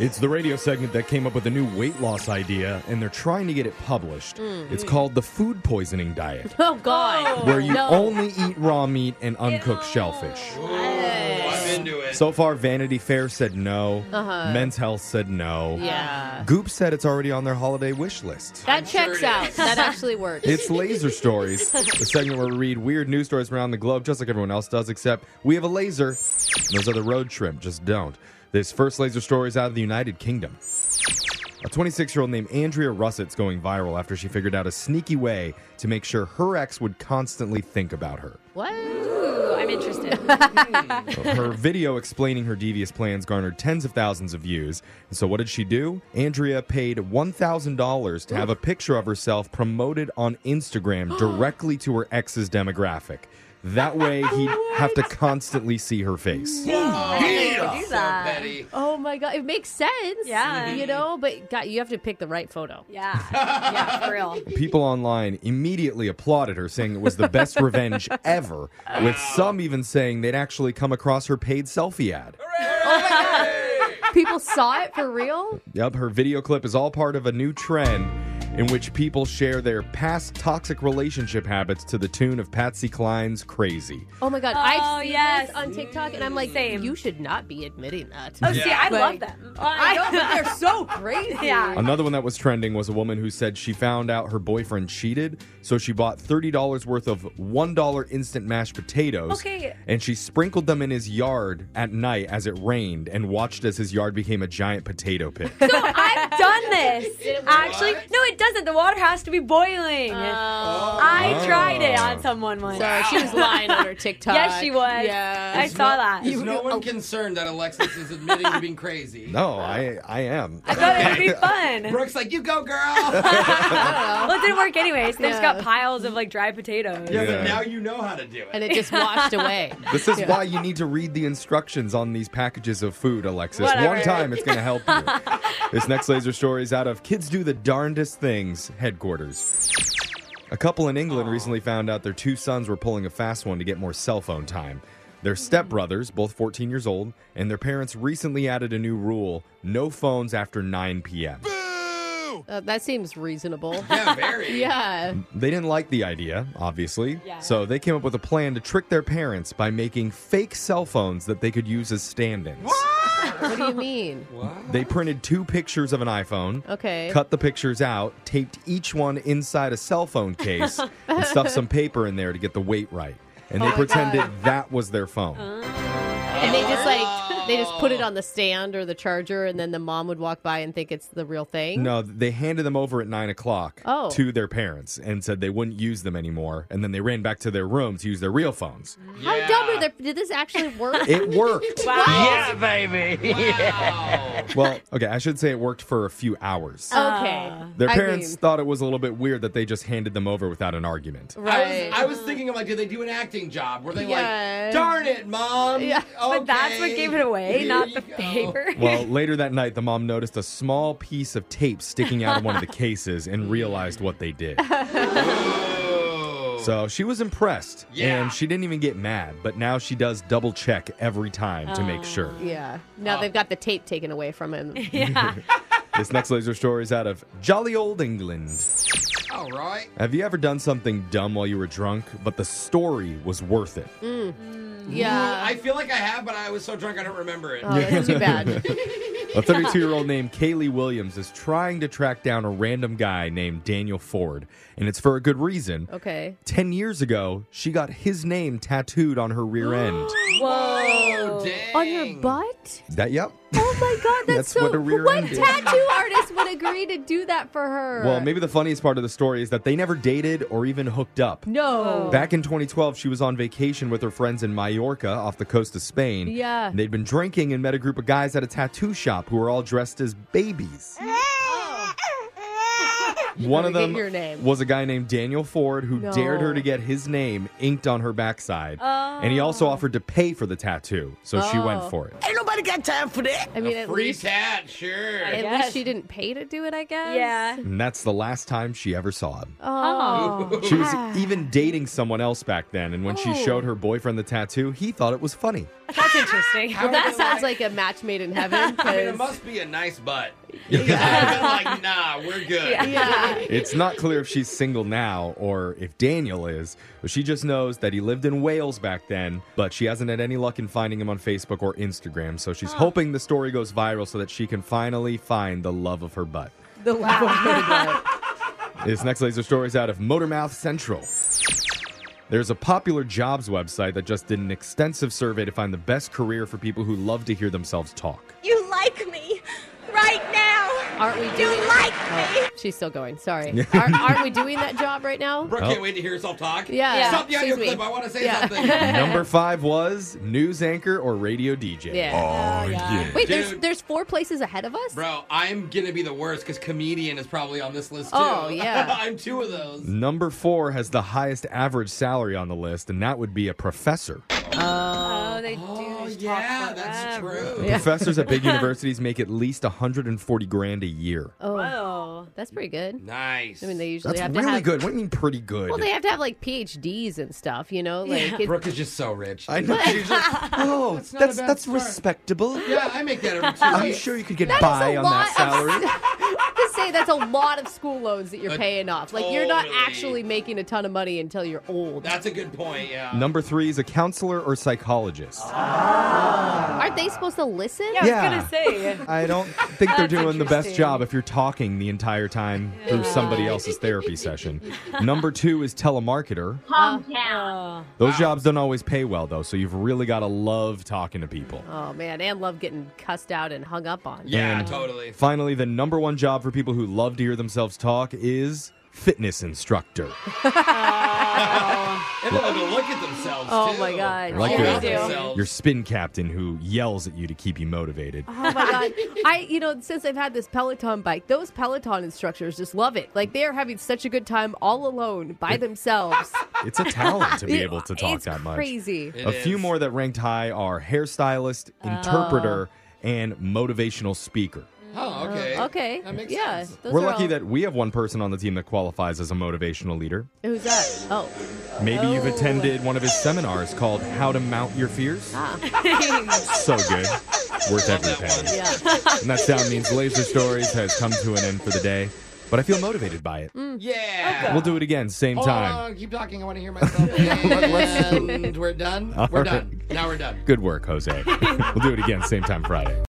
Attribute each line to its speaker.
Speaker 1: It's the radio segment that came up with a new weight loss idea, and they're trying to get it published. It's called the food poisoning diet,
Speaker 2: Mm. Oh God!
Speaker 1: where you
Speaker 2: no.
Speaker 1: only eat raw meat and uncooked shellfish.
Speaker 3: I'm into it.
Speaker 1: So far, Vanity Fair said no. Men's Health said no.
Speaker 2: Uh-huh. Yeah,
Speaker 1: Goop said it's already on their holiday wish list.
Speaker 2: that checks
Speaker 3: sure it
Speaker 2: out. That actually works.
Speaker 1: It's Laser Stories, the segment where we read weird news stories from around the globe, just like everyone else does, except we have a laser. and Those other road shrimp just don't. This first laser story is out of the United Kingdom. A 26 year old named Andrea Russett's going viral after she figured out a sneaky way to make sure her ex would constantly think about her.
Speaker 2: what?
Speaker 4: Ooh, I'm interested.
Speaker 1: Her video explaining her devious plans garnered tens of thousands of views. And so, what did she do? Andrea paid $1,000 to have a picture of herself promoted on Instagram directly to her ex's demographic. That way, he'd have to constantly see her face.
Speaker 3: Oh,
Speaker 4: Yeah.
Speaker 3: so
Speaker 4: Yeah.
Speaker 3: petty.
Speaker 2: Oh my God! It makes sense.
Speaker 4: Yeah.
Speaker 2: you know, but God, you have to pick the right photo.
Speaker 4: yeah, yeah, for real.
Speaker 1: People online immediately applauded her, saying it was the best revenge ever, with some even saying they'd actually come across her paid selfie ad.
Speaker 2: People saw it for real.
Speaker 1: Yep, her video clip is all part of a new trend in which people share their past toxic relationship habits to the tune of Patsy Cline's Crazy.
Speaker 2: Oh my God!
Speaker 4: Oh,
Speaker 2: I've seen
Speaker 4: yes.
Speaker 2: this on TikTok, and I'm like,
Speaker 4: Same.
Speaker 2: you should not be admitting that.
Speaker 4: Oh, see, I
Speaker 2: Like,
Speaker 4: love them.
Speaker 2: I know, but they're so crazy.
Speaker 4: Yeah.
Speaker 1: Another one that was trending was a woman who said she found out her boyfriend cheated, so she bought $30 worth of $1 instant mashed potatoes.
Speaker 4: Okay.
Speaker 1: And she sprinkled them in his yard at night as it rained and watched as his yard became a giant potato pit.
Speaker 4: No, I've done this. Actually,
Speaker 3: What?
Speaker 4: no, it doesn't. The water Oh. has to be boiling. I tried it
Speaker 3: Oh.
Speaker 4: on someone once.
Speaker 2: So she was lying on her TikTok.
Speaker 4: Yes, she was.
Speaker 2: Yeah.
Speaker 4: I saw that.
Speaker 3: Is no one concerned that Alexis is admitting to being crazy?
Speaker 1: no, I, I am.
Speaker 4: I thought it'd be fun.
Speaker 3: Brooke's like, you go, girl.
Speaker 4: well, it didn't work anyways. They just
Speaker 2: Yeah.
Speaker 4: got piles of like dry potatoes.
Speaker 3: Yeah,
Speaker 1: Yeah.
Speaker 3: but now you know how to do
Speaker 2: and
Speaker 3: it.
Speaker 2: it just washed away.
Speaker 1: This is why you need to read the instructions on these packages of food, Alexis. One
Speaker 4: Whatever.
Speaker 1: time, it's going to help you. this next laser story is out of Kids Do the Darndest Things headquarters. A couple in England recently found out their two sons were pulling a fast one to get more cell phone time. Their
Speaker 4: Mm-hmm.
Speaker 1: stepbrothers, both 14 years old, and their parents recently added a new rule no phones after 9 p.m.
Speaker 2: Uh, that seems reasonable.
Speaker 3: Yeah, very.
Speaker 2: yeah.
Speaker 1: They didn't like the idea, obviously.
Speaker 4: Yeah.
Speaker 1: So they came up with a plan to trick their parents by making fake cell phones that they could use as stand ins.
Speaker 2: What do you mean?
Speaker 1: They printed two pictures of an iPhone,
Speaker 2: Okay.
Speaker 1: cut the pictures out, taped each one inside a cell phone case, and stuffed some paper in there to get the weight right. And
Speaker 2: Oh
Speaker 1: they pretended that was their phone.
Speaker 2: And they just like they just put it on the stand or the charger, and then the mom would walk by and think it's the real thing.
Speaker 1: No, they handed them over at nine o'clock
Speaker 2: Oh.
Speaker 1: to their parents and said they wouldn't use them anymore. And then they ran back to their room to use their real phones.
Speaker 2: How dumb are they? Did this actually work?
Speaker 1: It worked.
Speaker 5: Yeah, baby.
Speaker 3: Wow.
Speaker 1: well, okay, I should say it worked for a few hours.
Speaker 2: okay.
Speaker 1: Their
Speaker 2: Oh, I
Speaker 1: parents
Speaker 2: mean-
Speaker 1: thought it was a little bit weird that they just handed them over without an argument.
Speaker 2: Right.
Speaker 3: I was, I was thinking, I'm like, did they do an acting job? Were they
Speaker 2: Yeah.
Speaker 3: like, darn it, mom?
Speaker 2: Yeah.
Speaker 4: But that's what
Speaker 3: okay,
Speaker 4: gave it away,
Speaker 3: here
Speaker 4: not
Speaker 3: you
Speaker 4: the
Speaker 3: go."
Speaker 4: paper.
Speaker 1: Well, later that night, the mom noticed a small piece of tape sticking out of one of the cases and realized what they did.
Speaker 3: Oh.
Speaker 1: So she was impressed,
Speaker 3: Yeah.
Speaker 1: and she didn't even get mad. But now she does double check every time to make sure.
Speaker 2: yeah. Now they've got the tape taken away from him.
Speaker 4: yeah.
Speaker 1: This next laser story is out of jolly old England.
Speaker 3: All right.
Speaker 1: Have you ever done something dumb while you were drunk, but the story was worth it?
Speaker 2: Yeah.
Speaker 3: I feel like I have, but I was so drunk I don't remember it.
Speaker 2: Oh, that's too bad.
Speaker 1: A 32 year old named Kaylee Williams is trying to track down a random guy named Daniel Ford, and it's for a good reason.
Speaker 2: Okay.
Speaker 1: 10 years ago, she got his name tattooed on her rear end.
Speaker 4: Whoa.
Speaker 3: Dang.
Speaker 2: On your butt?
Speaker 1: That, yep.
Speaker 2: Oh my God, that's,
Speaker 1: That's
Speaker 2: so.
Speaker 1: what a rear
Speaker 2: what
Speaker 1: end is.
Speaker 2: tattoo artist would agree to do that for her?
Speaker 1: Well, maybe the funniest part of the story is that they never dated or even hooked up.
Speaker 2: No.
Speaker 1: Back in 2012, she was on vacation with her friends in Mallorca off the coast of Spain.
Speaker 2: Yeah.
Speaker 1: And They'd been drinking and met a group of guys at a tattoo shop who were all dressed as babies. One
Speaker 2: Oh. gotta
Speaker 1: of
Speaker 2: get
Speaker 1: them
Speaker 2: your name.
Speaker 1: was a guy named Daniel Ford who
Speaker 2: No.
Speaker 1: dared her to get his name inked on her backside. And he also offered to pay for the tattoo, so she
Speaker 2: Oh.
Speaker 1: went for it.
Speaker 5: Ain't nobody
Speaker 6: Nobody got time for that.
Speaker 2: I mean, at
Speaker 3: Free
Speaker 2: least,
Speaker 3: cat, sure.
Speaker 2: at
Speaker 4: Yes.
Speaker 2: least she didn't pay to do it, I guess.
Speaker 4: Yeah.
Speaker 1: And that's the last time she ever saw him.
Speaker 4: Oh.
Speaker 1: She was even dating someone else back then, and when she
Speaker 2: Oh.
Speaker 1: showed her boyfriend the tattoo, he thought it was funny.
Speaker 4: That's interesting.
Speaker 3: How
Speaker 2: That
Speaker 3: did it
Speaker 2: sounds like a match made in heaven.
Speaker 3: I mean, it
Speaker 2: 'cause-
Speaker 3: must be a nice butt.
Speaker 1: Yeah.
Speaker 3: like, nah, we're good.
Speaker 2: yeah.
Speaker 1: it's not clear if she's single now or if Daniel is, but she just knows that he lived in Wales back then, but she hasn't had any luck in finding him on Facebook or Instagram, so she's hoping the story goes viral so that she can finally find the love of her butt.
Speaker 2: The level of
Speaker 1: This next laser story is out of Motormouth Central. There's a popular jobs website that just did an extensive survey to find the best career for people who love to hear themselves talk.
Speaker 7: You like me right now.
Speaker 2: Aren't we
Speaker 7: You
Speaker 2: doing
Speaker 7: like
Speaker 2: Oh, she's still going. Sorry. Aren't, aren't we doing that job right now?
Speaker 3: Brooke
Speaker 1: Oh.
Speaker 3: can't wait to hear yourself talk.
Speaker 2: Yeah. Yeah.
Speaker 3: Stop the audio
Speaker 2: Excuse me.
Speaker 3: clip. I want to say
Speaker 2: Yeah.
Speaker 3: something.
Speaker 1: Number five was news anchor or radio DJ.
Speaker 2: Yeah.
Speaker 6: Oh, yeah.
Speaker 2: Wait, there's
Speaker 3: Dude.
Speaker 2: there's four places ahead of us.
Speaker 3: Bro, I'm going to be the worst because comedian is probably on this list too.
Speaker 2: Oh, yeah.
Speaker 3: I'm two of those.
Speaker 1: Number four has the highest average salary on the list, and that would be a professor.
Speaker 4: Oh, they do.
Speaker 3: Oh,
Speaker 4: just
Speaker 3: yeah,
Speaker 4: talk
Speaker 3: that's
Speaker 4: forever.
Speaker 3: true.
Speaker 1: Professors at big universities make at least 140 grand a year.
Speaker 2: Oh,
Speaker 4: Whoa.
Speaker 2: that's pretty good.
Speaker 3: Nice.
Speaker 2: I mean, they usually
Speaker 1: That's
Speaker 2: have
Speaker 1: really
Speaker 2: to have.
Speaker 1: good. What do you mean pretty good?
Speaker 2: Well, they have to have like PhDs and stuff. You know, like it-
Speaker 3: Brooke is just so rich.
Speaker 1: I know. she's just, oh,
Speaker 3: That's not
Speaker 1: that's
Speaker 3: a bad
Speaker 1: that's
Speaker 3: start.
Speaker 1: respectable.
Speaker 3: yeah, I make that every two
Speaker 1: I'm
Speaker 3: weeks.
Speaker 1: sure you could get
Speaker 2: That is
Speaker 1: by
Speaker 2: a
Speaker 1: on that
Speaker 2: lot of-
Speaker 1: salary.
Speaker 2: to say that's a lot of school loans that you're
Speaker 3: Uh,
Speaker 2: paying off. Like you're not
Speaker 3: totally.
Speaker 2: actually making a ton of money until you're old.
Speaker 3: That's a good point, yeah.
Speaker 1: Number three is a counselor or psychologist.
Speaker 2: Aren't they supposed to listen?
Speaker 4: Yeah, I was
Speaker 1: Yeah.
Speaker 4: gonna say.
Speaker 1: I don't think they're
Speaker 4: That's
Speaker 1: doing the best
Speaker 4: interesting.
Speaker 1: job if you're talking the entire time through somebody else's therapy session. Number two is telemarketer.
Speaker 4: Oh.
Speaker 1: Those jobs don't always pay well, though, so you've really got to love talking to people.
Speaker 2: Oh man, and love getting cussed out and hung up on.
Speaker 3: yeah,
Speaker 1: And
Speaker 3: totally.
Speaker 1: Finally, the number one job for people who love to hear themselves talk is fitness instructor.
Speaker 3: And they love to look at themselves,
Speaker 4: Oh
Speaker 3: too.
Speaker 4: my God.
Speaker 1: Like
Speaker 4: yeah,
Speaker 1: your-
Speaker 4: they do.
Speaker 3: Themselves.
Speaker 1: Your spin captain who yells at you to keep you motivated.
Speaker 2: Oh my god. I you know, since I've had this Peloton bike, those Peloton instructors just love it. Like they're having such a good time all alone by themselves.
Speaker 1: It's a talent to be able to talk
Speaker 2: it's
Speaker 1: that much.
Speaker 2: Crazy.
Speaker 3: It
Speaker 1: A few
Speaker 3: is.
Speaker 1: more that ranked high are hairstylist, interpreter,
Speaker 4: Oh.
Speaker 1: and motivational speaker.
Speaker 3: Oh, okay.
Speaker 2: Okay.
Speaker 3: That makes
Speaker 2: yeah.
Speaker 3: sense.
Speaker 2: Those
Speaker 1: We're
Speaker 2: are
Speaker 1: lucky
Speaker 2: all-
Speaker 1: that we have one person on the team that qualifies as a motivational leader.
Speaker 2: Who's that? Oh.
Speaker 1: Maybe you've
Speaker 2: Oh.
Speaker 1: attended one of his seminars called How to Mount Your Fears.
Speaker 2: Ah.
Speaker 1: so good. Worth every
Speaker 3: that
Speaker 1: penny.
Speaker 3: one.
Speaker 2: Yeah.
Speaker 1: And that sound means Laser Stories has come to an end for the day, but I feel motivated by it.
Speaker 2: Mm.
Speaker 3: Yeah.
Speaker 1: We'll do it again, same
Speaker 3: Hold on,
Speaker 1: time.
Speaker 3: hold on, keep talking. I want to hear myself. and we're done.
Speaker 1: All
Speaker 3: We're
Speaker 1: right.
Speaker 3: done. Now we're done.
Speaker 1: Good work, Jose. we'll do it again, same time Friday.